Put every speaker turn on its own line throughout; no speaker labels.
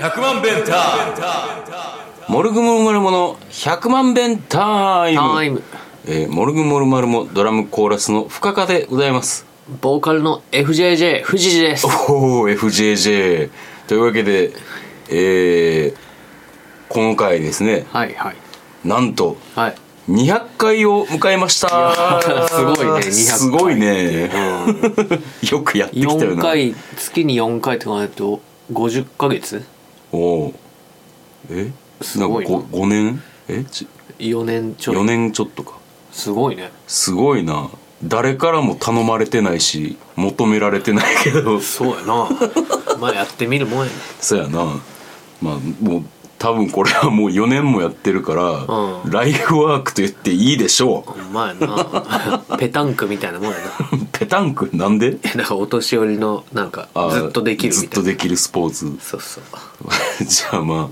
100万弁
モルグモルマルモの100万遍タイム
タイム
えーモルグモルマルモドラムコーラスの深川でございます
ボーカルの FJJ 藤ジです
おお FJJ というわけでえー、今回ですね
はいはい
なんと
はい
200回を迎えました
や すごいね200回
すごいね よくやってきたよ
4
な
回月に4回って考えると50ヶ月
おおえ
すごいな
なんかこう5年えち
4年ちょい
4年ちょっとか
すごいね
すごいな誰からも頼まれてないし求められてないけど
そうやな まあやってみるもんやね
そやなまあもう多分これはもう4年もやってるから、
うん
ライフワークと言っていいでしょ
ほんまや なペタンクみたいなもんやな
う ペタンクなんで
えなんかお年寄りのなんか
あー
ずっとできる
ず
み
った
い
と
な
できるスポーツ
そうそう
じゃあま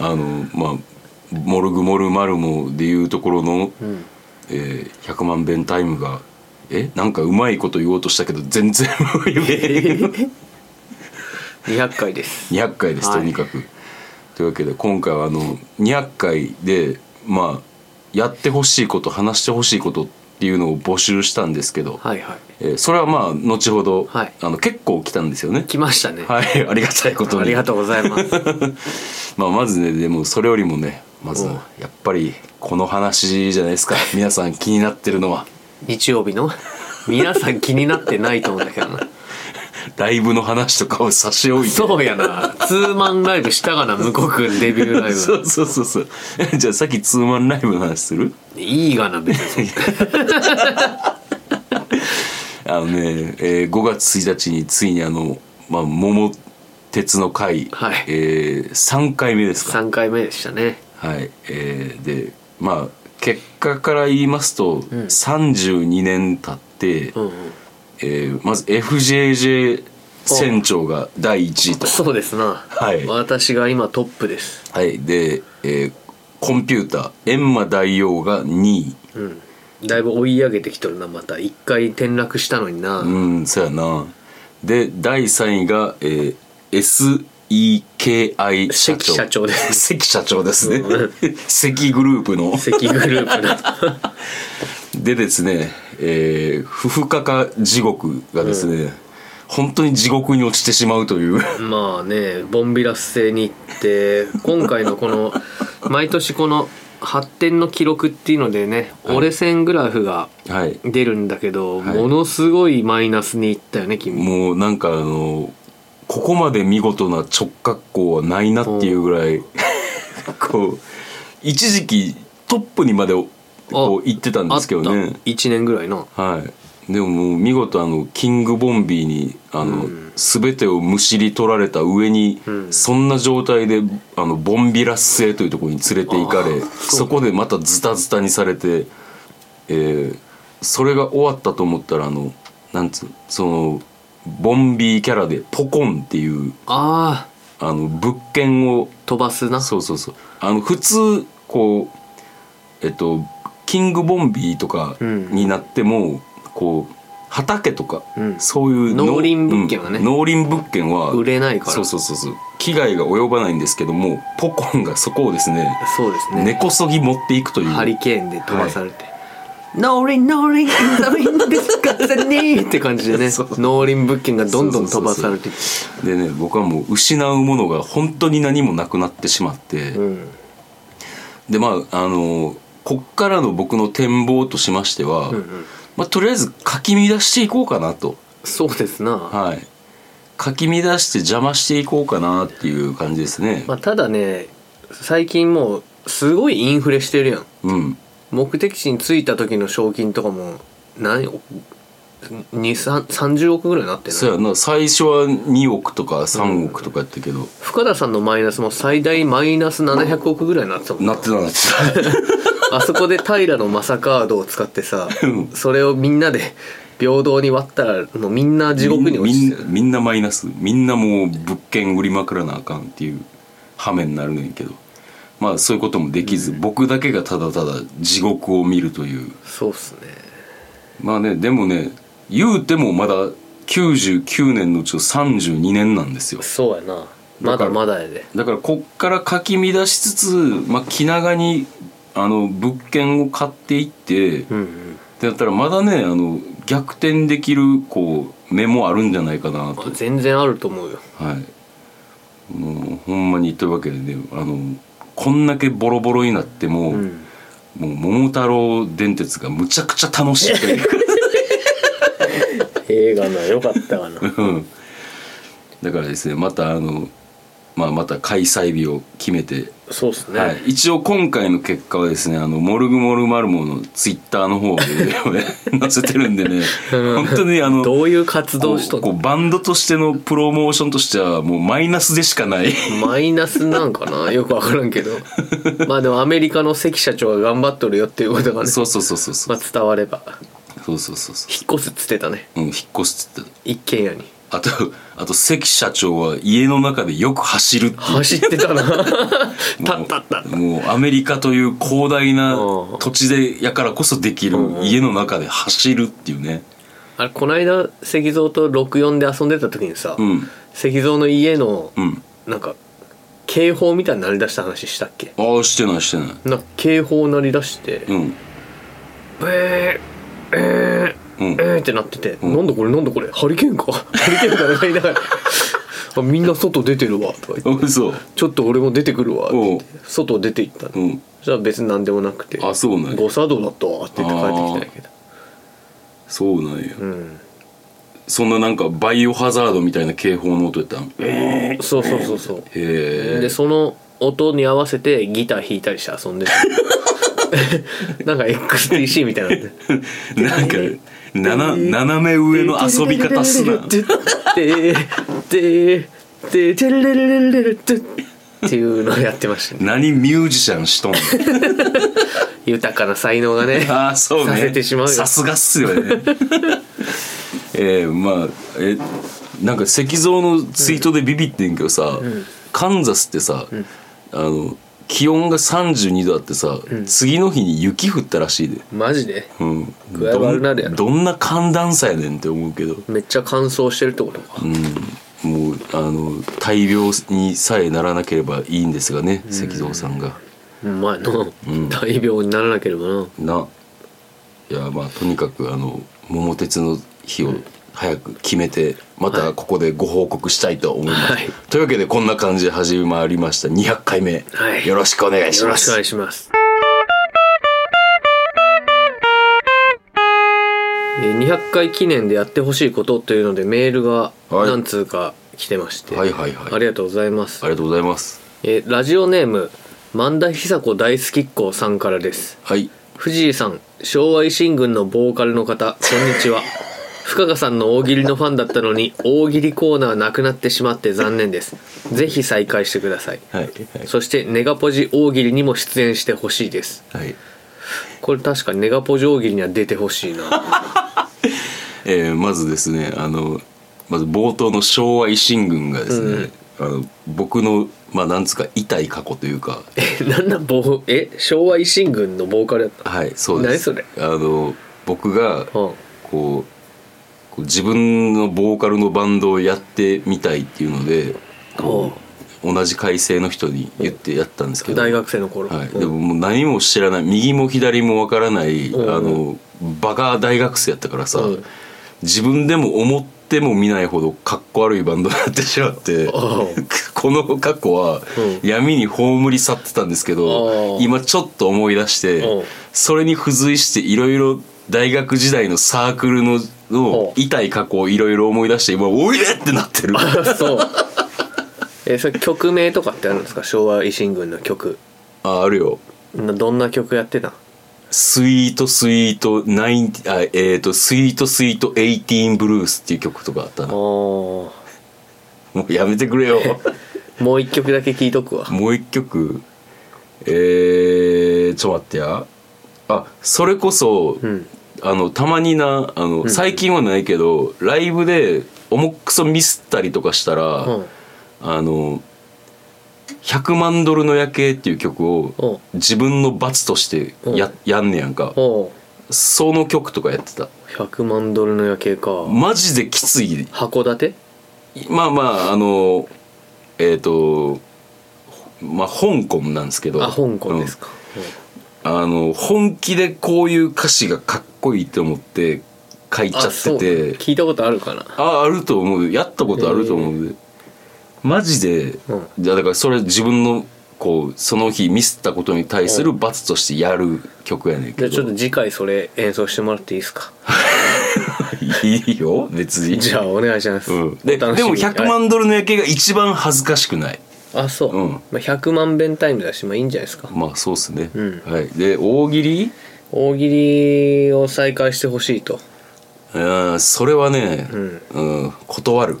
ああのまあモルグモルマルモでいうところの、
ん
えー100万弁タイムがえなんかうまいこと言おうとしたけど全然 言えへん
200回です
200回です、
はい
とにかく。というわけで今回はあの200回でまあやってほしいこと話してほしいことっていうのを募集したんですけど、
はいはい
えーそれはまあ後ほど、
はい
あの結構来たんですよ ね。
来ましたね、
はい、ありがたいことに
ありがとうございます
まあ、まずねでもそれよりもねまず
おう
やっぱりこの話じゃないですか皆さん気になってるのは
日曜日の皆さん気になってないと思うんだけどな
ライブの話とかを差し置いて
そうやなツーマンライブしたがな向こう君デビューライ
そ
ブ
うそうそうそう じゃあさっきツーマンライブの話する
いいがな別に
あのね、えー5月1日についにあの、まあ、桃鉄の会、
はい
え3回目ですか、
3回目でしたね
はいえーでまあ結果から言いますと、32年経って、
うん、うん、
えーまず FJJ 船長が第1位と、
そうですな
はい
私が今トップです
はい、で、えーコンピューター閻魔大王が2位
うんだいぶ追い上げてきとるなまた一回転落したのにな、
うんそうやなで第3位が、えー SEKI 社長
関社 長です
関社長ですね
うん
関グループの
関グループの
でですねえー、夫婦かか地獄がですね、本当に地獄に落ちてしまうという
まあねボンビラス製に行って今回のこの毎年この発展の記録っていうのでね、折れ線グラフが
はい
出るんだけど、
はい
ものすごいマイナスにいったよね君
もうなんかあのここまで見事な直角行はないなっていうぐらい こう一時期トップにまでこう行ってたんで
あっ
す
た
けどね
1年ぐらいな
はい、でももう見事あのキングボンビーにあの、全てをむしり取られた上に、そんな状態であのボンビラッセというところに連れて行かれ
ああ
そこでまたズタズタにされて、えーそれが終わったと思ったらあのなんつうそのボンビーキャラでポコンっていう
あー
あの物件を
飛ばすな
そうそうそうあの普通こうえっとキングボンビーとか
うん
になっても、こう畑とか、
うん
そういうの
農林物件はね
うん農林物件は
売れないから
そうそうそうそう危害が及ばないんですけどもポコンがそこをですね
そうですね
根こそぎ持っていくという
ハリケーンで飛ばされて「ノーリンノーリンノーリンですかさね」って感じでね
そう
農林物件がどんどん飛ばされていって
でね僕はもう失うものが本当に何もなくなってしまって、
うん
でまああのこっからの僕の展望としましては、
うんうん
まあ、とりあえずかき乱していこうかなと。
そうですな
はい。かき乱して邪魔していこうかなっていう感じですね。
まあただね最近もうすごいインフレしてるやん
うん。
目的地に着いた時の賞金とかも何30億ぐらいなってない
そうやな、最初は2億とか3億とかやったけど、
深田さんのマイナスも最大マイナス700億ぐらいになってたもん
なってたなってた。
あそこで平のマサカードを使ってさ
うん
それをみんなで平等に割ったらもうみん な地獄に落
み
ち
ん
て
な
る
みんなマイナス。みんなもう物件売りまくらなあかんっていう羽目になるねんけど。まあそういうこともできず、僕だけがただただ地獄を見るという。
そうっすね
まあね、でもね、言うてもまだ99年のうちの32年なんですよ
そうやなまだまだやで
だからこっからかき乱しつつ、まあ、気長にあの物件を買っていって、
うんうん
ってなったらまだねあの逆転できるこう目もあるんじゃないかなと
あ全然あると思うよ
はいもうほんまに言ってるわけでねあのこんだけボロボロになっても、
うん
もう桃太郎電鉄がむちゃくちゃ楽しいという
映画なよかったかな
うんだからですねまたあの、まあ、また開催日を決めて
そうっすね、
はい、一応今回の結果はですねあのモルグモルマルモのツイッターの方で載せてるんで ね本当にあの
どういう活動しとん
こうこうバンドとしてのプロモーションとしてはもうマイナスでしかない
マイナスなんかなよくわからん けどまあでもアメリカの関社長が頑張っとるよっていうことがね
そうそうそうそうそ
ま
う
あ、伝われば
そうそうそうそ
引っ越すっつってたね
う、うん、引っ越すって言って
一軒家に
たあとあと関社長は家の中でよく走るっていう
走っ てたなたったった
もうアメリカという広大な土地でやからこそできる家の中で走るっていうね
あれこの間石像と64で遊んでた時にさ、
うん
石像の家の
うん
なんか警報みたいになりだした話したっけ
ああしてないしてない
なんか警報鳴りだして、
うん
えー、え
う
ー、
ん
えーってなってて、
ん
なんだこれなんだこれハリケーンかハリケーンかなりながら あみんな外出てるわとか言って
嘘
ちょっと俺も出てくるわって言って
お
外出て行ったの、
うん
そしたら別に何でもなくて
あそうなんや
誤作動だったわって言って帰ってきたんやけど
そうなんや、
うん
そんななんかバイオハザードみたいな警報の音やったんへ
そうそうそうそうで
え
その音に合わせてギター弾いたりして遊んでたなんか XTC みたいになって
なんかなな斜め上の遊び方すな
でででででれれれれれでっていうのをやってましたね
何ミュージシャンしとん の
豊かな才能がね
ああそうね
させてしまうよ
さすがっすよね えー、まあえなんか石像のツイートでビビってんけどさ、カンザスってさ、あの気温が32度あってさ、次の日に雪降ったらしいで、
マジで
うん、
具合悪なるやろ
どんどんな寒暖差やねんって思うけど
めっちゃ乾燥してるってことか
うん、もうあの大病にさえならなければいいんですがね石像さんが、
うまいな、
ん
大病にならなければな
ないやまあとにかくあの桃鉄の日を早く決めて、またここでご報告したいと思います、
はい
というわけでこんな感じで始まりました200回目、
はい
よろしくお願いし
よ
ま
ろしくお願
す
いします。えー200回記念でやってほしいことというのでメールが
はい
何通か来てまして、
はいはいはい
ありがとうございま
あ
す
り、がとうございます
えーラジオネーム萬田久子大好きっ子さんからです
はい
藤井さん昭和維新軍のボーカルの方こんに ちは深川さんの大喜利のファンだったのに大喜利コーナーなくなってしまって残念ですぜひ再開してください
はい
そしてネガポジ大喜利にも出演してほしいです
はい
これ確かネガポジ大喜利には出てほしい な
えーまずですねあのまず冒頭の昭和維新軍がですね、あの僕のまあなんつうか痛い過去というか
えなんなんボーえ昭和維新軍のボーカルやった
はいそうです
何
あの僕が
うん
こうこう自分のボーカルのバンドをやってみたいっていうのでこう同じ改正の人に言ってやったんですけど、
大学生の頃、
はい、
うん
でももう何も知らない右も左もわからない、
ん
あのバカ大学生やったからさ、
うん
自分でも思っても見ないほどかっこ悪いバンドになってしまって
う
この過去は
うん
闇に葬り去ってたんですけど、
あー
今ちょっと思い出して、
うん
それに付随していろいろ大学時代のサークルのの
うん
痛い過去をいろいろ思い出して今「おいで!」ってな ってる
そうえそれ曲名とかってあるんですか昭和維新軍の曲
ああるよ
などんな曲やってた
スイートスイートナインあえっ、とスイートスイートエイティーンブルースっていう曲とかあったなも
お
うやめてくれ よ
もう一曲だけ聴いとくわ
もう一曲えー、ちょっと待ってやあそれこそ、
うん
あのたまになあの、最近はないけどライブで重くそミスったりとかしたら、
うん
あの「100万ドルの夜景」っていう曲を
う
自分の罰としてや,、やんねやんか
おう
その曲とかやってた
100万ドルの夜景か
マジできつい
函館
まあまああのえっ、とまあ香港なんですけど
あ香港です
か、
か、
うんあの本気でこういう歌詞がかっこいいと思って書いちゃ
あ
っ
そう
てて
聞いたことあるかな
ああると思うやったことあると思うんで、マジで、
うん
じゃだからそれ自分のこうその日ミスったことに対する罰としてやる曲やねん
じゃ
け
あちょ
ど
っと次回それ演奏してもらっていいですか
いいよ別に
じゃあお願いします、
うん、で
お
でも
楽しみに
100万ドルの夜景が一番恥ずかしくない
はいあそう、
うん
まあ、100万弁タイムだしまあいいんじゃないですか
まあそうっすね、
うん
はい、で大喜利
大喜利を再開してほしいと
うんそれはね、
うん
うん断る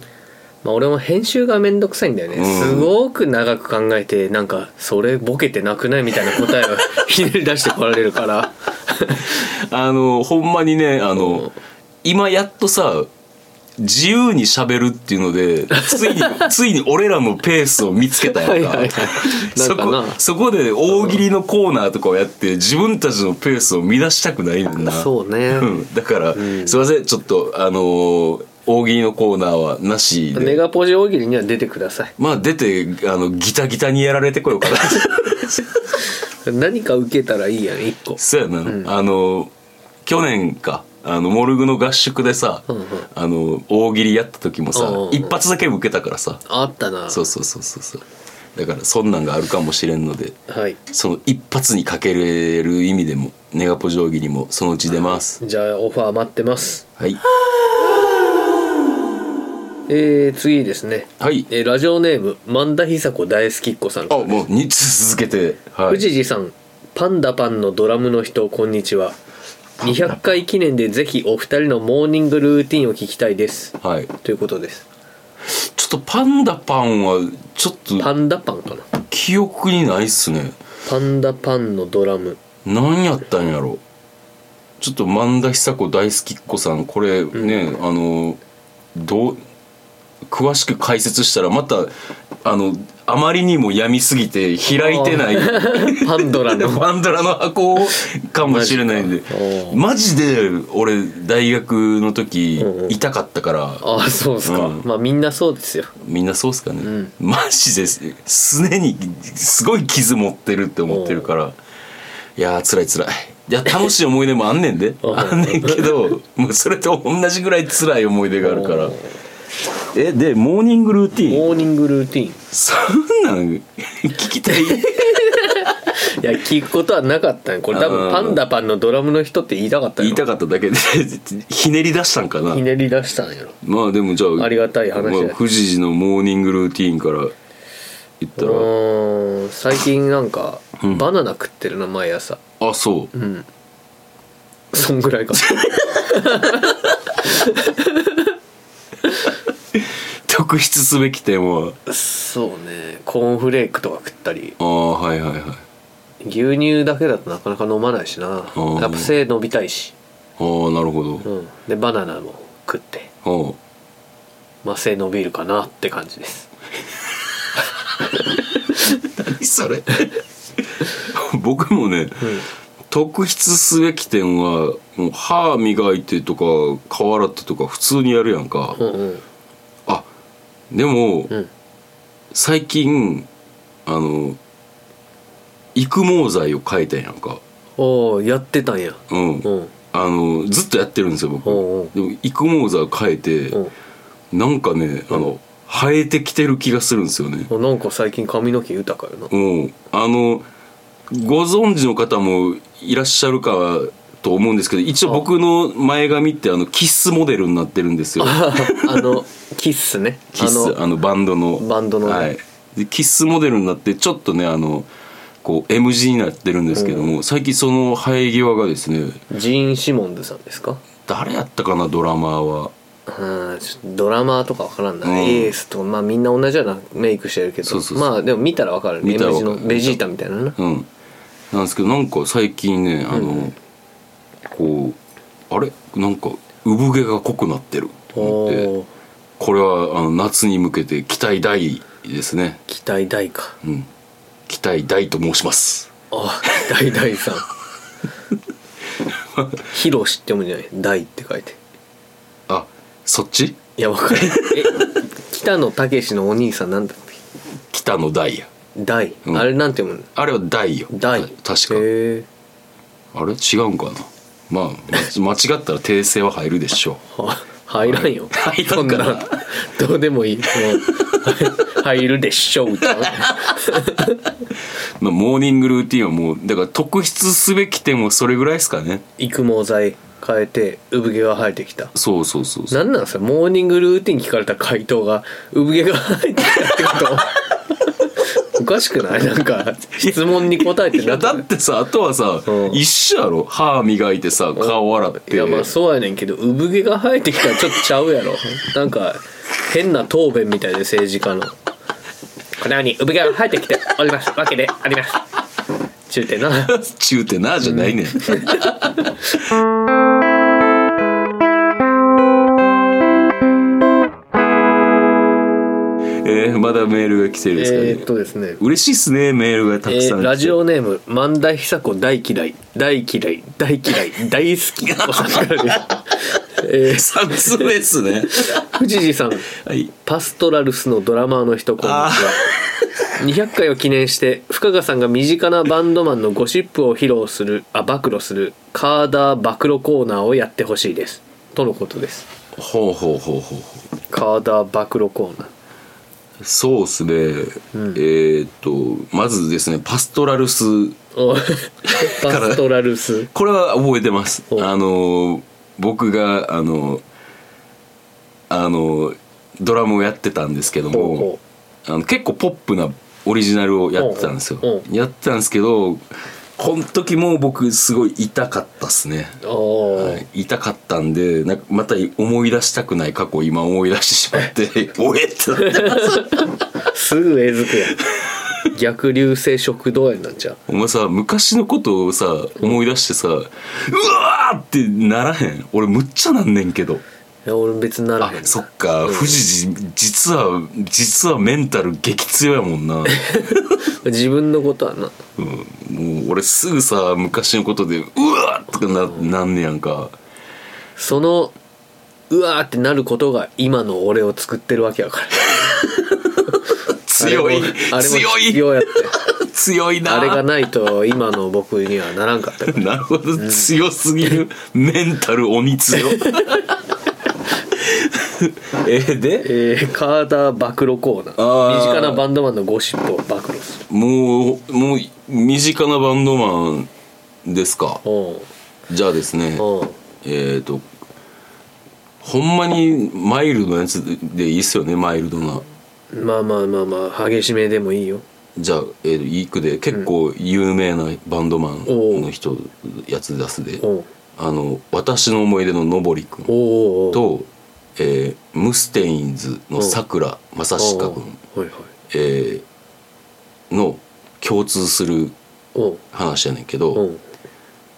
まあ俺も編集がめんどくさいんだよね、
うん
すごく長く考えてなんかそれボケてなくないみたいな答えを ひねり出してこられるから
あのほんまにねあの、今やっとさ自由に喋るっていうのでつい についに俺らのペースを見つけたやんか
はいはいはい
そ
な
こ
んかな
そこで大喜利のコーナーとかをやって自分たちのペースを乱したくないね んな
そうね、
うん、だから、すいませんちょっとあのー大喜利のコーナーはなしで
ネガポジ大喜利には出てください
まあ出てあのギタギタにやられてこよう かな
何か受けたらいいやん1個
そうやな、あの去年かあのモルグの合宿でさ、
うんうん
あの大喜利やった時もさ、
うんうんうん
一発だけ受けたからさ
あったな
そうそうそうそうそうだからそんなんがあるかもしれんので
はい
その一発にかけれる意味でもネガポ定規にもそのうち出ます、
じゃあオファー待ってます
はい
えー、次ですね
はい
えーラジオネーム万田久子大好きっ子さん
あもう2つ続けてはい
藤次さんパンダパンのドラムの人こんにちは200回記念でぜひお二人のモーニングルーティンを聞きたいです
はい
ということです
ちょっとパンダパンはちょっと
パンダパンかな
記憶にないっすね
パンダパンのドラム
何やったんやろちょっと萬田久子大好きっ子さんこれね、あのどう詳しく解説したらまたあのあまりにも病みすぎて開いてない
パンド ラ の
パンドラの箱をかもしれないんでマジで俺大学の時
うんうん
痛かったから
ああそうですか、
うん
まあみんなそうですよ
みんなそうっすかね、
ん
マジですすねにすごい傷持ってるって思ってるからいやー辛い辛いいや楽しい思い出もあんねんで
うん
あんねんけ どもうそれと同じぐらい辛い思い出があるからえでモーニングルーティン
モーニングルーティン
そんなん聞き たい
いや聞くことはなかったねこれ多
う
分
ん
パンダパンのドラムの人って言いたかった
言い
よ
たかっただけでひねり出したんかな
ひねり出したんやろ
まあでもじゃあ
ありがたい話だ
まあ、富士のモーニングルーティンから言った
う
ら
ーん最近なんか
うん
バナナ食ってるな毎朝
あそう
うんそんぐらいか
特筆すべき点は
そうねコーンフレークとか食ったり
ああはいはいはい
牛乳だけだとなかなか飲まないしな
うん
やっぱ背伸びたいし、
ああなるほど
うん、でバナナも食って
うん
まあ背伸びるかなって感じです
それ 僕もね、特筆すべき点はもう歯磨いてとか顔洗ってとか普通にやるやんか、
うんうん
あでも、
ん
最近あの育毛剤を変えたんやんか
おおやってたんや
うん、
うん
あのずっとやってるんですよ僕、
おうおう
でも育毛剤を変えて、
うん
なんかねあの生えてきてる気がするんですよね、
おなんか最近髪の毛豊か よな
うん、あのご存知の方もいらっしゃるかと思うんですけど一応僕の前髪ってあのキッスモデルになってるんですよ
あのキッスね
キッスあ
あ
のバンドの
バンドのね
はい、でキッスモデルになってちょっとねあのこう M 字になってるんですけども、最近その生え際がですね
のジーン・シモンズさんですか
誰やったかなドラマーは
うんちょっとドラマーとかわからんな、
うん
エースとかまあみんな同じようなメイクしてるけど
そうそうそう
まあでも見たらわかるね
見たら
M
わ
字
かる
のベジータみたいなな
うん、なんですけどなんか最近ねあの、こうあれなんか産毛が濃くなってると思って
おー
これはあの夏に向けて期待大ですね、
期待大か
うん、期待大と申します
あ期待大さん「ヒロシ」って読むんじゃない「大」って書いて
あそっち
いやわ かるえ北野武のお兄さんなんだっけ
北の大や
大、
うん
あれなんて読むの
あれは大よ
大
た確か
へえ
あれ違うんかなまあま間 違ったら訂正は入るでしょ
は入らんよ
入ら
そ
ん
ん
かな
などうでもいいもう入るでしょうちゃう
う、まあ、モーニングルーティンはもうだから特筆すべき点もそれぐらいですかね
育毛剤変えて産毛が生えてきた
そうそうそうそう
なんなんすかモーニングルーティン聞かれた回答が産毛が生えてきたってこと おかしくないなんか質問に答えて
いやだ
なく
ってさあとはさ、
うん
一緒やろ歯磨いてさ顔洗って
いやまあそうやねんけど産毛が生えてきたらちょっとちゃうやろなんか変な答弁みたいで政治家のこのように産毛が生えてきておりますわけでありますちゅうて な
中ってなじゃないねん、 えーまだメールが来てるんですかね、
えーっとですね
嬉しいっすねメールがたくさん来て、
えーラジオネーム萬田久子大嫌い大嫌い大嫌い大好 きおさんからです
3つ目です ね
えー藤次さん
はい
パストラルスのドラマーの人こんにちは
あ
200回を記念して深川さんが身近なバンドマンのゴシップを披露するあ暴露するカーダー暴露コーナーをやってほしいですとのことです
ほうほうほうほうほ
カーダー暴露コーナー
うそうっすね、えーっとまずですねパストラルス
おパストラルス
これは覚えてます
お
あのー僕があのーあのードラムをやってたんですけど
ほうほ
もあの結構ポップなオリジナルをやってたんですよ
おうおう
やってたんですけどこの時も僕すごい痛かったっすね
おおー、
はい痛かったんでなんかまた思い出したくない過去を今思い出してしまって おえってなって
すぐ絵づくやん逆流性食道炎なんちゃう
お前さ昔のことをさ思い出してさ、うわーってならへん俺むっちゃなんねんけど
いや俺別になら
あ
へ ん
そっか富士じ実は実はメンタル激強やも んな、
自分のことはな
うん、もう俺すぐさ昔のことでうわーとかななんねやんか
そのうわーってなることが今の俺を作ってるわけやから
強い
あれもあれも
強
必
い
要やって
強いな
あれがないと今の僕にはならんかったから
なるほど、強すぎるメンタル鬼強えーで
えー、カーダー暴露コーナ
あ
ー
ー
身近なバンドマンのゴシップを暴露する
もうもう身近なバンドマンですか
おう
じゃあですね
おう
えっ、とほんまにマイルドなやつでいいっすよねマイルドな
まあまあまあまあ激しめでもいいよ
じゃあ、えーといい句で結構有名なバンドマンの人、やつ出すで
おう
あの「私の思い出ののぼりくん」
おうおうおう
と、えームステインズのさくら正
お
親
う
くん
はいはい
えーの共通する
おう
話やねんけ
お
ど
う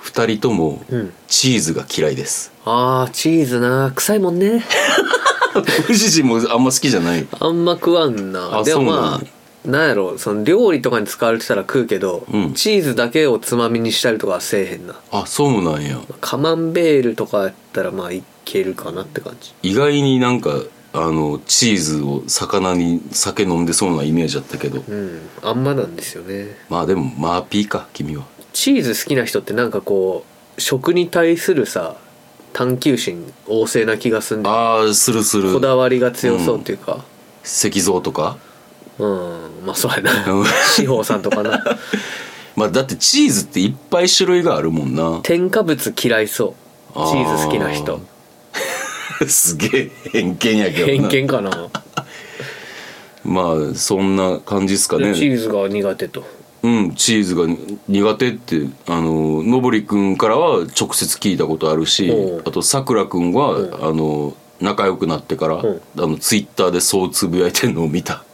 二人とも
うん
チーズが嫌いです
あーチーズな臭いもんね
藤士もあんま好きじゃない
あんま食わんな
あ
でも
そうな
ま
んや
あなんやろその料理とかに使われてたら食うけど、
うん
チーズだけをつまみにしたりとかはせえへんな
あそうなんや
カマンベールとかやったらまあいけるかなって感じ
意外になんかあのチーズを魚に酒飲んでそうなイメージだったけど
うんあんまなんですよね
まあでもマーピーか君は
チーズ好きな人ってなんかこう食に対するさ探求心旺盛な気がすんで
ああするする
こだわりが強そうっていうか
石像とか
うん、まあそうやな
うん
志保さんとかな
まあだってチーズっていっぱい種類があるもんな
添加物嫌いそうチーズ好きな人
すげえ偏見 やけどな
偏見かな
まあそんな感じですかね
でチーズが苦手と
うん、チーズが苦手ってあののぼりくんからは直接聞いたことあるし
おう
あとさくらくんは、あの仲良くなってから、
ん
あのツイッターでそうつぶやいてるのを見た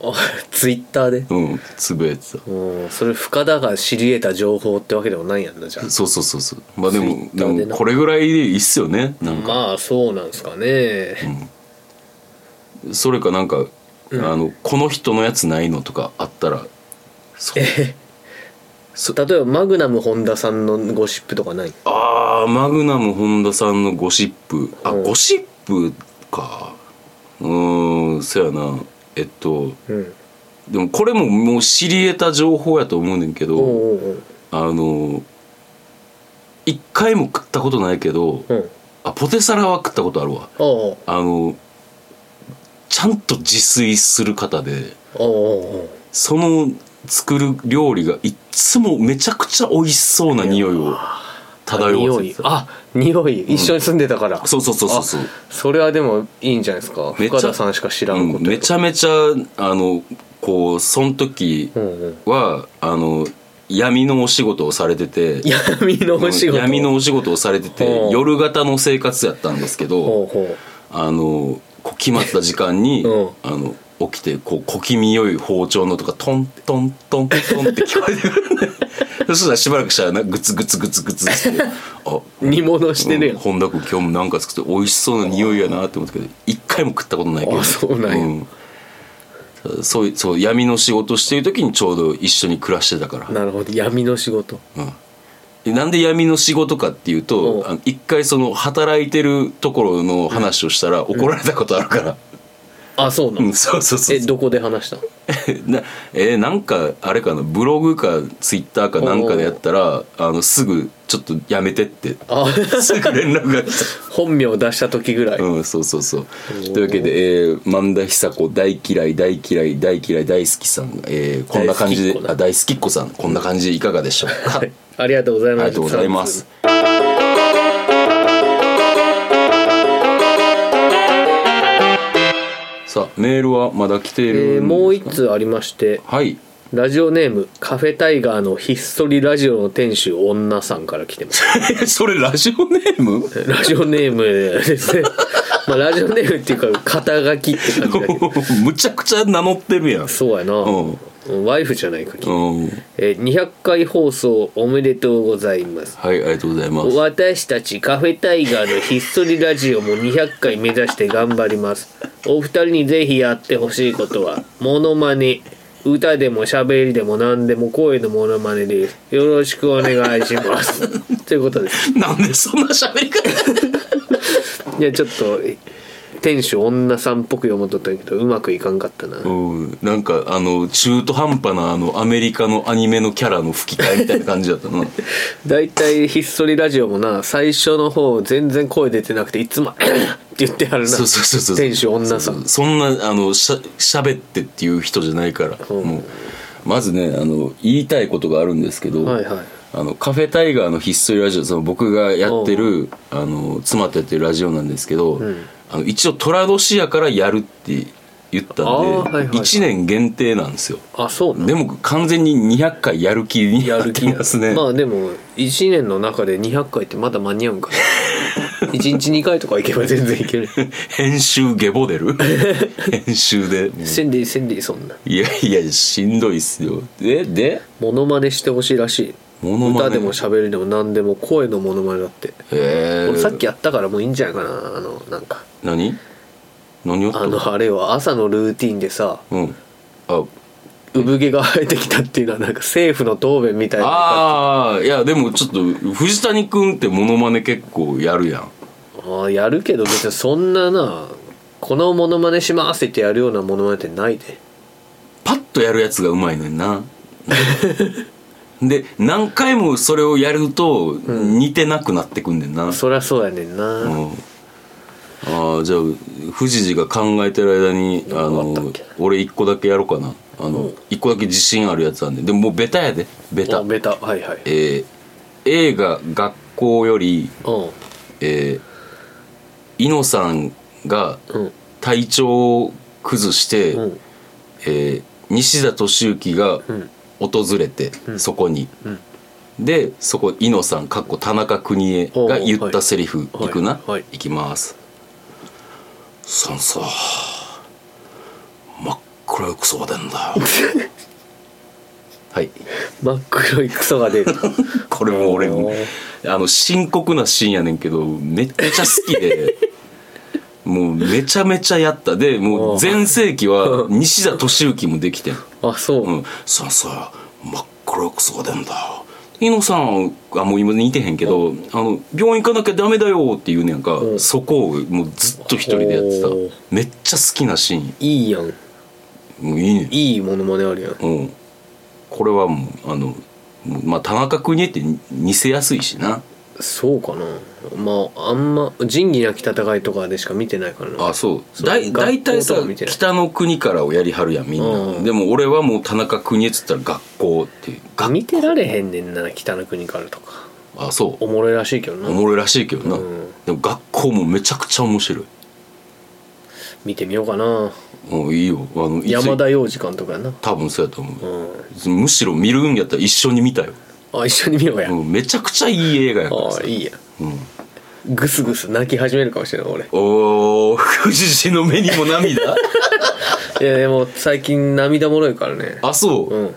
あツイッターで
うんつぶやいてた
うんそれ深田が知り得た情報ってわけでもないやんなじゃあ
そうそうそうそうまあでも
Twitter で
で
な
もこれぐらいでいいっすよねなんか、
まあそうなんすかね、
それかなんか、あのこの人のやつないのとかあったらそう
例えばマグナム本田さんのゴシップとかない
あああマグナム本田さんのゴシップあ、ゴシップかうーんそやなえっと
うん
でもこれももう知り得た情報やと思うねんけ
おう
ど
おう
あの一回も食ったことないけど
おううん
あポテサラは食ったことあるわ
おう
あのちゃんと自炊する方で
おうおうおう
その作る料理がいっつもめちゃくちゃ美味しそうな匂いを漂わ
匂
せ
い
てた
あ匂い一緒に住んでたから、
そうそうそうそうそう
あそれはでもいいんじゃないですか
めっちゃ
深田さんしか知らんこ
う
と
んめち
ゃ
ゃめちゃあのこうその時
うんうん
は、あの闇のお仕事をされてて
闇のお仕事
闇のお仕事をされて
ほ
て
う
夜型の生活やったんですけど
ほうほ
あのこう決まった時間に、
うん
あの起きてこう小気味よい包丁の音がトントントントンって聞こえてく る、ね、そしたらしばらくしたらなグツグツグツグツってあ
う煮物してるやん、
うん本田君今日もなんか作って美味しそうな匂いやなって思ったけど一回も食ったことないけど
あそうなんや
うんそういそう闇の仕事してる時にちょうど一緒に暮らしてたから
なるほど闇の仕事
でなんで闇の仕事かっていうと
うん
あの一回その働いてるところの話をしたら怒られたことあるから、
あそうな
うん
の、
そうそうそう
えどこで話したの
なえーなんかあれかなブログかツイッターかなんかでやったらあのすぐちょっとやめてって
あ
すぐ連絡 が来た
本名出した時ぐらい、
うん、そうそうそう。というわけで、えー、万田久子大嫌い大嫌い大嫌い大好きさん、えー、こんな感じ
大
で
好きっ子、な
あ大好きっ子さんこんな感じでいかがでしょうか。あり
ありがとうございます
がとうございます。さあメールはまだ来ている、
えーもう一通ありまして
はい
ラジオネームカフェタイガーのひっそりラジオの店主女さんから来てます
それラジオネーム
ラジオネームですねまあラジオネームっていうか肩書きって感じだけど
むちゃくちゃ名乗ってるやん
そうやな、
う
ワイフじゃない
う
か、
ん
えー200回放送おめでとうございます
はいありがとうございます
私たちカフェタイガーのひっそりラジオも200回目指して頑張りますお二人にぜひやってほしいことはモノマネ歌でも喋りでも何でも声のモノマネですよろしくお願いします ということです
なんでそんな喋り方
いやちょっと店主女さんっぽく読むとったけどうまくいかんかったな、
うん、なんかあの中途半端なあのアメリカのアニメのキャラの吹き替えみたいな感じだったな
だいたいひっそりラジオもな最初の方全然声出てなくていつも って言ってはるな
そうそうそうそう
店主女さ
そ
ん
うそんなあのしゃ喋ってっていう人じゃないから、
うん
もうまずねあの言いたいことがあるんですけど、
はいはい
あのカフェタイガーのひっそりラジオその僕がやってるあの妻とやってるラジオなんですけど、
ん
あの一応寅年やからやるって言ったんで、
あーはいはいはい
1年限定なんですよ
あそうなん
でも完全に200回やる気に
や
なっ
る気
てます ね
まあでも1年の中で200回ってまだ間に合うんか な1日2回とか行けば全然いける
編集ゲボ出 る編集でもう
センディセンディそんない
やいやしんどいっすよでで
モノマネしてほしいらしい
モノマネ
歌でも喋りでも何でも声のモノマネだって、
え
俺
ー、
さっきやったからもういいんじゃないかなあのなんか
何何を
あのあれは朝のルーティンでさ
うんあ
産毛が生えてきたっていうのはなんか政府の答弁みたいなあ
あーいやでもちょっと藤谷君ってモノマネ結構やるやん
ーやるけど別にそんななこのモノマネしますってやるようなモノマネってないで
パッとやるやつがうまいのにな で何回もそれをやると似てなくなってくんねんな、
そりゃそうやねんな、
ああじゃあ藤次が考えてる間にあ
なんかあった
の
っけ
俺一個だけやろうかなあの一個だけ自信あるやつなんででももうベタやでベタ
あベタはいはい
えー映画「学校」より
うん
えー猪野さんが
うん
体調を崩して、
うん
えー西田敏行が
ん
訪れて、そこに、でそこ猪野さんかっこ田中邦衛が言
おう
っ
は
た
い
セリフ、い、くな、
はいはい
いきます「さんさ真っ黒いクソが出んだよ」 はい
真っ黒いクソが 出る
これも俺
おー
あの深刻なシーンやねんけどめっちゃ好きでもうめちゃめちゃやったでもう全盛期は西田敏行もできてん
あそう、
うん、さあさあ真っ黒くそが出んだよ猪野さんあもう今似てへんけど、あの病院行かなきゃダメだよって言うねやんか、
うん
そこをもうずっと一人でやってた
ほう
めっちゃ好きなシーン
いいやん
もういいね
いいものまねあるやん
うんこれはもうあのもうまあ田中邦衛って似せやすいしな
そうかなまああんま仁義なき戦いとかでしか見てないからな
あそう
そう
だい大体さ
学校とか見てない
北の国からをやりはるやんみんな、
うん
でも俺はもう田中邦衛っつったら学校っていう学
見てられへんねんな北の国からとか
あそう
おもろいらしいけどな
おもろいらしいけどな、
うん
でも学校もめちゃくちゃ面白い
見てみようかな
もういいよあのいつ
山田洋次監督やな
多分そうやと思
う
う、
ん
むしろ見るんやったら一緒に見たよ、
あ一緒に見ようや、
うんめちゃくちゃいい映画やから
あ
さ
あいいやグスグス泣き始めるかもしれない俺
おお富士市の目にも涙
いやでも最近涙もろいからね
あそう、
うん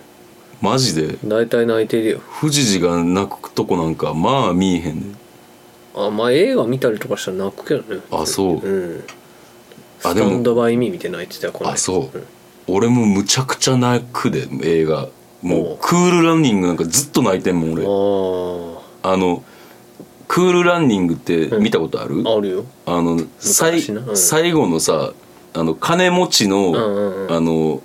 マジで
大体泣いてるよ
富士市が泣くとこなんかまあ見えへんね
あまあ映画見たりとかしたら泣くけどね
あそう、
うん
あ
ス
で
タ
も
ンドバイミー見て泣いてたよこの間
あそう、
ん
俺もむちゃくちゃ泣くで映画も
お
う
う
クールランニングなんかずっと泣いてんもん俺
あ
あのクールランニングって見たことある、
ああるよ
あの最
なうん
最後のさあの金持ちの、
んうんうん
あの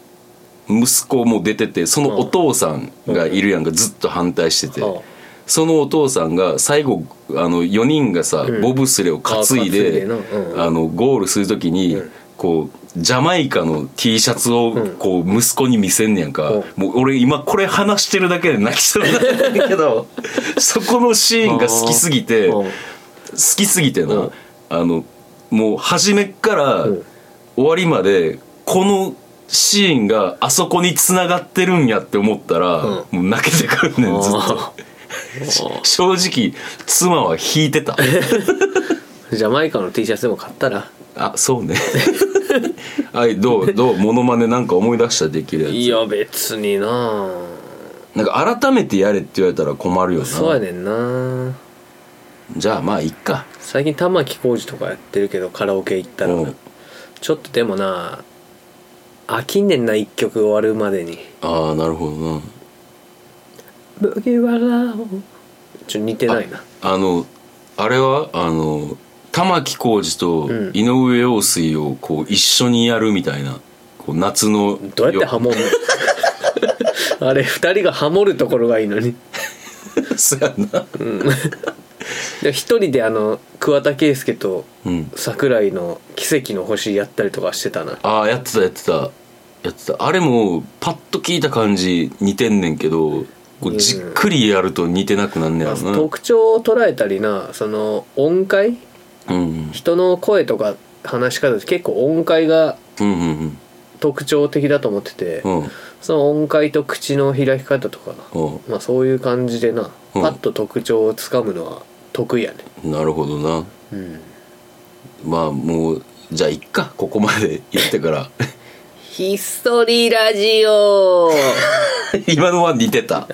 息子も出ててそのお父さんがいるやんか、ずっと反対してて、
ああ
そのお父さんが最後あの4人がさ、
ん
ボブスレーを担いで
あ担いでなうんうん
あのゴールする時に、こうジャマイカの T シャツをこう息子に見せんねやんか、
うん
もう俺今これ話してるだけで泣きそうにな ったん だけどそこのシーンが好きすぎて。
うん
好きすぎてな、
うん
あのもう初めっから
うん
終わりまでこのシーンがあそこに繋がってるんやって思ったら、
うん
もう泣けてくるねんずっ
あ
と正直妻は引いてた
ジャマイカの T シャツでも買ったら
あそうね はいどうどうモノマネなんか思い出したらできるや
いや別にな
つなんか改めてやれって言われたら困るよな
そうやねんな
じゃあまあいっか
最近玉置浩二とかやってるけどカラオケ行ったら
うん
ちょっとでもな飽きんねんな一曲終わるまでに
ああなるほどな
麦わらをちょ似てないな
あのあれはあの玉置浩二と
うん
井上陽水をこう一緒にやるみたいな、こう夏の
どうやってハ
よ
モんの あれ二人がハモるところがいいのに
そうやな
でも一人であの桑田佳祐と
うん
桜井の「奇跡の星」やったりとかしてたな
ああやってたやってたやってたあれもパッと聞いた感じ似てんねんけどこうじっくりやると似てなくなんねやろな、うん
特徴を捉えたりなその音階
うん、
人の声とか話し方って結構音階が
うんうん
特徴的だと思ってて、
うんうん
その音階と口の開き方とか、
うん
まあ、そういう感じでな、
うん
パッと特徴をつかむのは得意やね
なるほどな
うん
まあもうじゃあいっかここまで言ってから
ひっそりラジオ
今のは似てた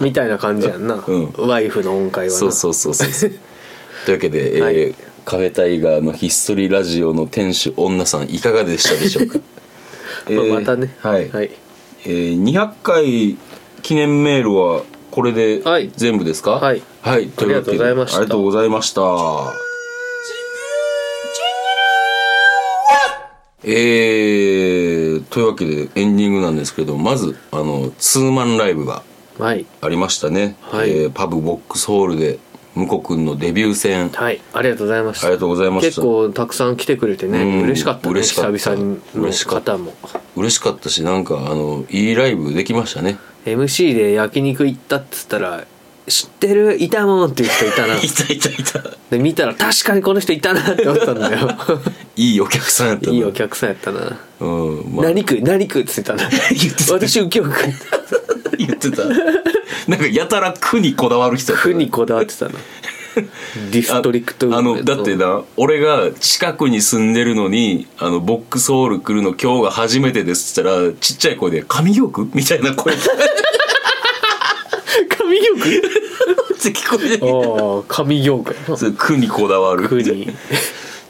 みたいな感じやんな、
うん
ワイフの音階はな
そうそうそうそう そうというわけで、えー
はい
カフェタイガーのひっそりラジオの店主女さんいかがでしたでしょうか、え
まあ
ー
またね
はい、
はい、
えー200回記念メールはこれで
はい
全部ですか
はい
はい、というわけで
ありがとうございました
ありがとうございましたえー、というわけでエンディングなんですけどまずあのツーマンライブが
はい
ありましたね、
はい
えーパブボックスホールで向こくんのデビュー戦
はいありがとうございました
ありがとうございました
結構たくさん来てくれてね、
うん
嬉しかったね
嬉しかった
久々
嬉し
の
かった
方も
嬉しかったしなんかあのいいライブできましたね
MC で焼肉行ったっつったら「知ってるいたもん」っていう 人い たな
たいたいた
で見たら確かにこの人いたなって思ったんだ よ
いいお客さんやったない
いお客さんやったな
うん、
「
まあ、
何食う何食う」っつってたな
言ってた
私右京君
言ってたなんかやたら区にこだわる人やった
区
な
にこだわっ てたなディストリクト
ああのだってな俺が近くに住んでるのにあのボックスホール来るの今日が初めてですっつったらちっちゃい声で「上京区?」みたいな声って
上京 区
聞こえて
ああ上京区やな
そう区にこだわる
区に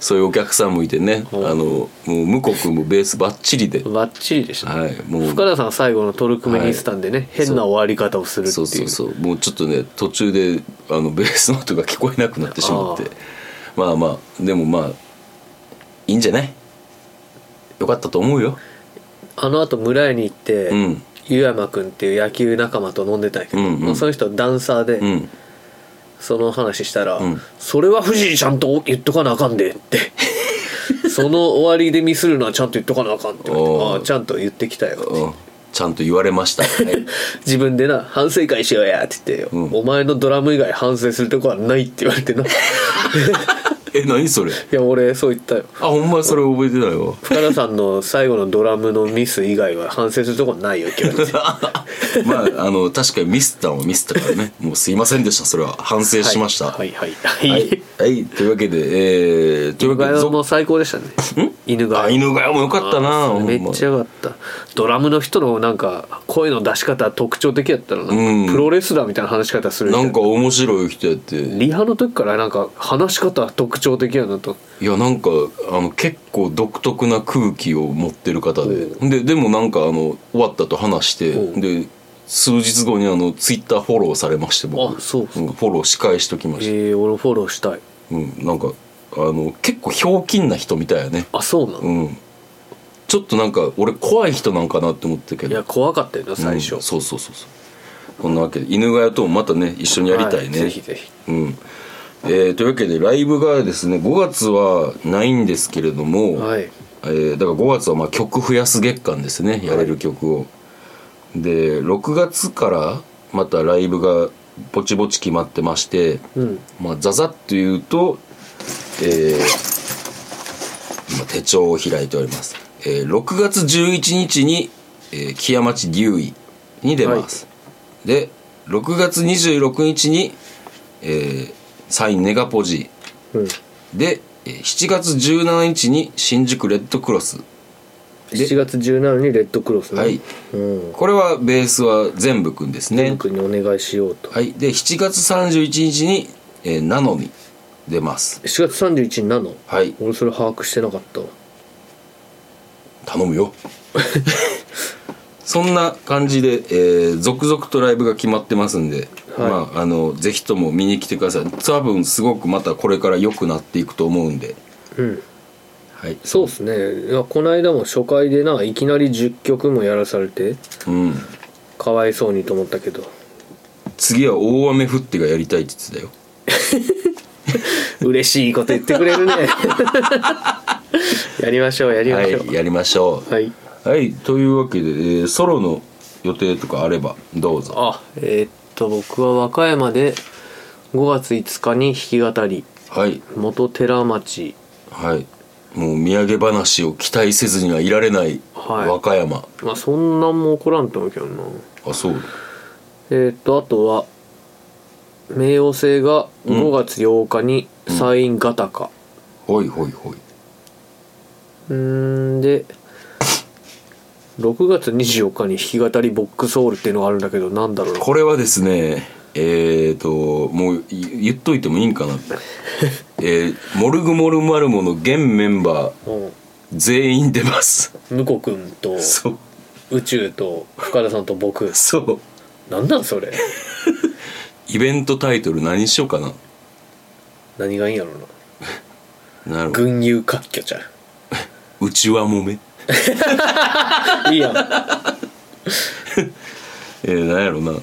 そういうお客さんもいてねあ
お
のもう向こう君もベースばっちりで、
バッチリでした、
はい、もう
深田さん最後のトルクメニスタンでね、変な終わり方をするっていう
そうそうそうもうちょっとね途中であのベースの音が聞こえなくなってしまって
あ
まあまあでもまあいいんじゃないよかったと思うよ
あのあと村屋に行って、
うん
湯山君っていう野球仲間と飲んでたんやけど、
うんうん
まあ、その人はダンサーで、
うん
その話したら、
ん
それは藤井ちゃんと言っとかなあかんで」って その終わりでミスるのはちゃんと言っとかなあかんって言われて
おー
ああちゃんと言ってきたよ
うんちゃんと言われました、 はい
自分でな反省会しようやって言って、
うん
お前のドラム以外反省するとこはないって言わ れてない
え何それ
や俺そう言ったよ
あほんまそれ覚えてないわ
深田さんの最後のドラムのミス以外は反省するとこはないよって言われて
まああの確かにミスったのはミスったからねもうすいませんでしたそれは反省 しました
はいはいはい、
は
はいい、
はいというわけでえー、という
犬
わけ
飼
で
い
ぞ
も最高でしたね犬
あ
飼い
犬がもよかったなほんま
めっちゃよかったドラムの人のなんか声の出し方特徴的やったらな、
うん
プロレスラーみたいな話し方する人
なんか面白い人やって
リハの時からなんか話し方特徴的やなと
いやなんかあの結構独特な空気を持ってる方でででもなんかあの終わったと話して
うん
で数日後にあのツイッターフォローされまして僕
あそうですか
んフォローし返しときました、
えー、俺フォローしたい
うん、なんかあの結構ひょうきんな人みたいやね
あそうなの、
うんちょっとなんか俺怖い人なんかなって思ったけ
い
ど
や怖かったよな最初、
うんそうそうそうそうこんなわけで犬小屋ともまたね一緒にやりたいね、
はぜひぜひ
うんえーというわけでライブがですね5月はないんですけれども、
はい
えーだから5月はまあ曲増やす月間ですねやれる曲を、で6月からまたライブがぼちぼち決まってまして、
うん
まあ、ザザッと言うと、えー今手帳を開いております、えー6月11日に、えー、木屋町留意に出ます、で6月26日に、えーサインネガポジ
うん
でえー7月17日に新宿レッドクロス
7月17日にレッドクロスね
はい
うん
これはベースは全部くんですね
天君にお願いしようと
はいで7月31日に、えーナノに出ます
7月31日になの
はい
俺それ把握してなかったわ
頼むよ そんな感じで、えー続々とライブが決まってますんで、
は
まああのぜひとも見に来てください多分すごくまたこれから良くなっていくと思うんで
うん
はい
そうですねいやこの間も初回でないきなり10曲もやらされて
うん
かわいそうにと思ったけど
次は大雨降ってがやりたいって言ってたよ
嬉しいこと言ってくれるね やりましょうやりま
は
しょう
いやりましょう
はい、
はい、というわけで、えーソロの予定とかあればどうぞ
あえーっと僕は和歌山で5月5日に弾き語り
はい
元寺町
はいもう土産話を期待せずにはいられない
はい
和歌山、
まあそんなんも起こらんと思うけどな
あそう
えーっとあとは冥王星が5月8日にサインガタカ
ほいほいほいう
ーんで6月24日に弾き語りボックスホールっていうのがあるんだけどなんだろうな
これはですねえー、ともうい言っといてもいいん かなえーモルグモルマルモの現メンバー
うん
全員出ます
向こう君と
そう
宇宙と深田さんと僕
そう
なんなんそれ
イベントタイトル何にしようかな
何がいいんやろうな
なるほど
群雄割拠じゃ
うちわもめ
んいいやん
えー、何やろな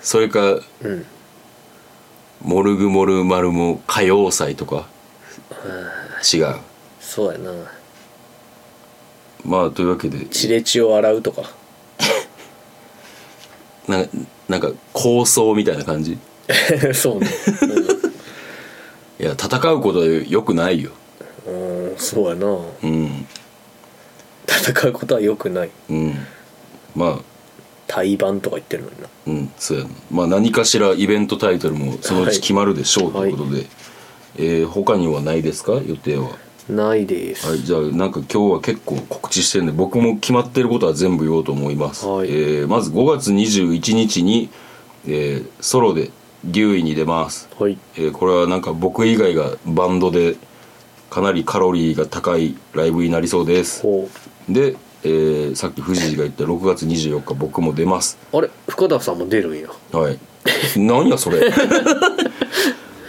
それか
うん
モルグモルマルモ歌謡祭とか違う
そうやな
まあというわけで
血で血を洗うと か
なんかなんか構想みたいな感じい
そうね
や戦うことはよくないよ
うん、うんそうやな
うん
戦うことは良くない
うんまあ
対バンとか言ってるのにな
うんそうやなまあ何かしらイベントタイトルもそのうち決まるでしょうと
はい
いうことで、えー他にはないですか予定は
ないです
はい、じゃあなんか今日は結構告知してるんで僕も決まってることは全部言おうと思います、
はい
えーまず5月21日に、えーソロで「竜医に出ます、
はい
えーこれはなんか僕以外がバンドでかなりカロリーが高いライブになりそうです
ほ
で、えーさっき藤井が言った6月24日僕も出ます
うあれ深田さんも出るんや
はい 何やそれ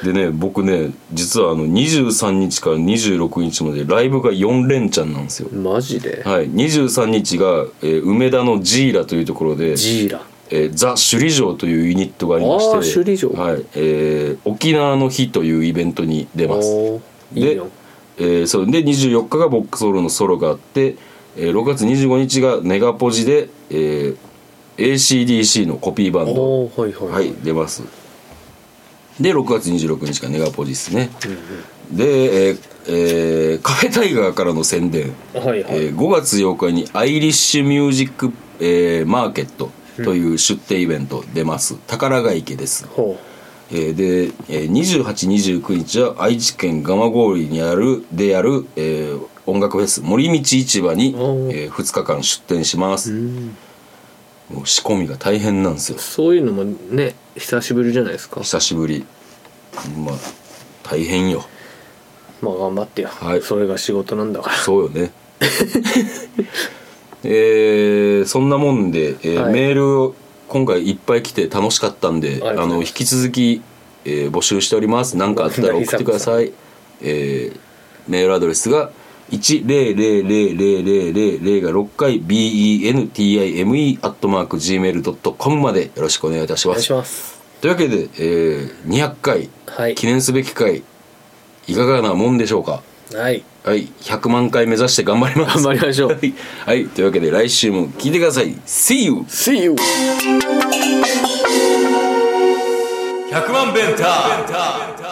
でね僕ね実はあの23日から26日までライブが4連チャンなんですよ
マジで
はい23日が、えー梅田のジーラというところで
ジーラ
えーザ・首里城というユニットがありまして
あー首里城
はいえー沖縄の日というイベントに出ます
おーい
で
いよ
えーそうで24日がボックスソロのソロがあって、えー6月25日がネガポジで、えー ACDC のコピーバンド
おーはいはい
は
はい
い出ますで6月26日がネガポジですね、で、えーえーカフェタイガーからの宣伝
はいはい、
えー5月8日にアイリッシュミュージック、えーマーケットという出店イベント出ます、宝ヶ池です、
ほ
えーで、えー2829日は愛知県蒲郡にあるである、えー音楽フェス森道市場に、え
おー
2日間出店します、
ううん
もう仕込みが大変なんですよ
そういうのもね久しぶりじゃないですか
久しぶりまあ大変よ
まあ頑張ってよ、
はい
それが仕事なんだから
そうよね えーそんなもんで、えー
はい
メールを今回いっぱい来て楽しかったんで
がとうございます
あの引き続き、えー募集しております何かあったら送ってください、えーメールアドレスが1000000が6回 bentime.gmail.com までよろしくお願いいたし
お
ま
願い
す
します
というわけで、えー200回、
はい
記念すべき回いかがなもんでしょうか
はい
はい、100万回目指して頑張ります。
頑張りましょう
はい、はい、というわけで来週も聞いてください。See you!
See you
100万ベンター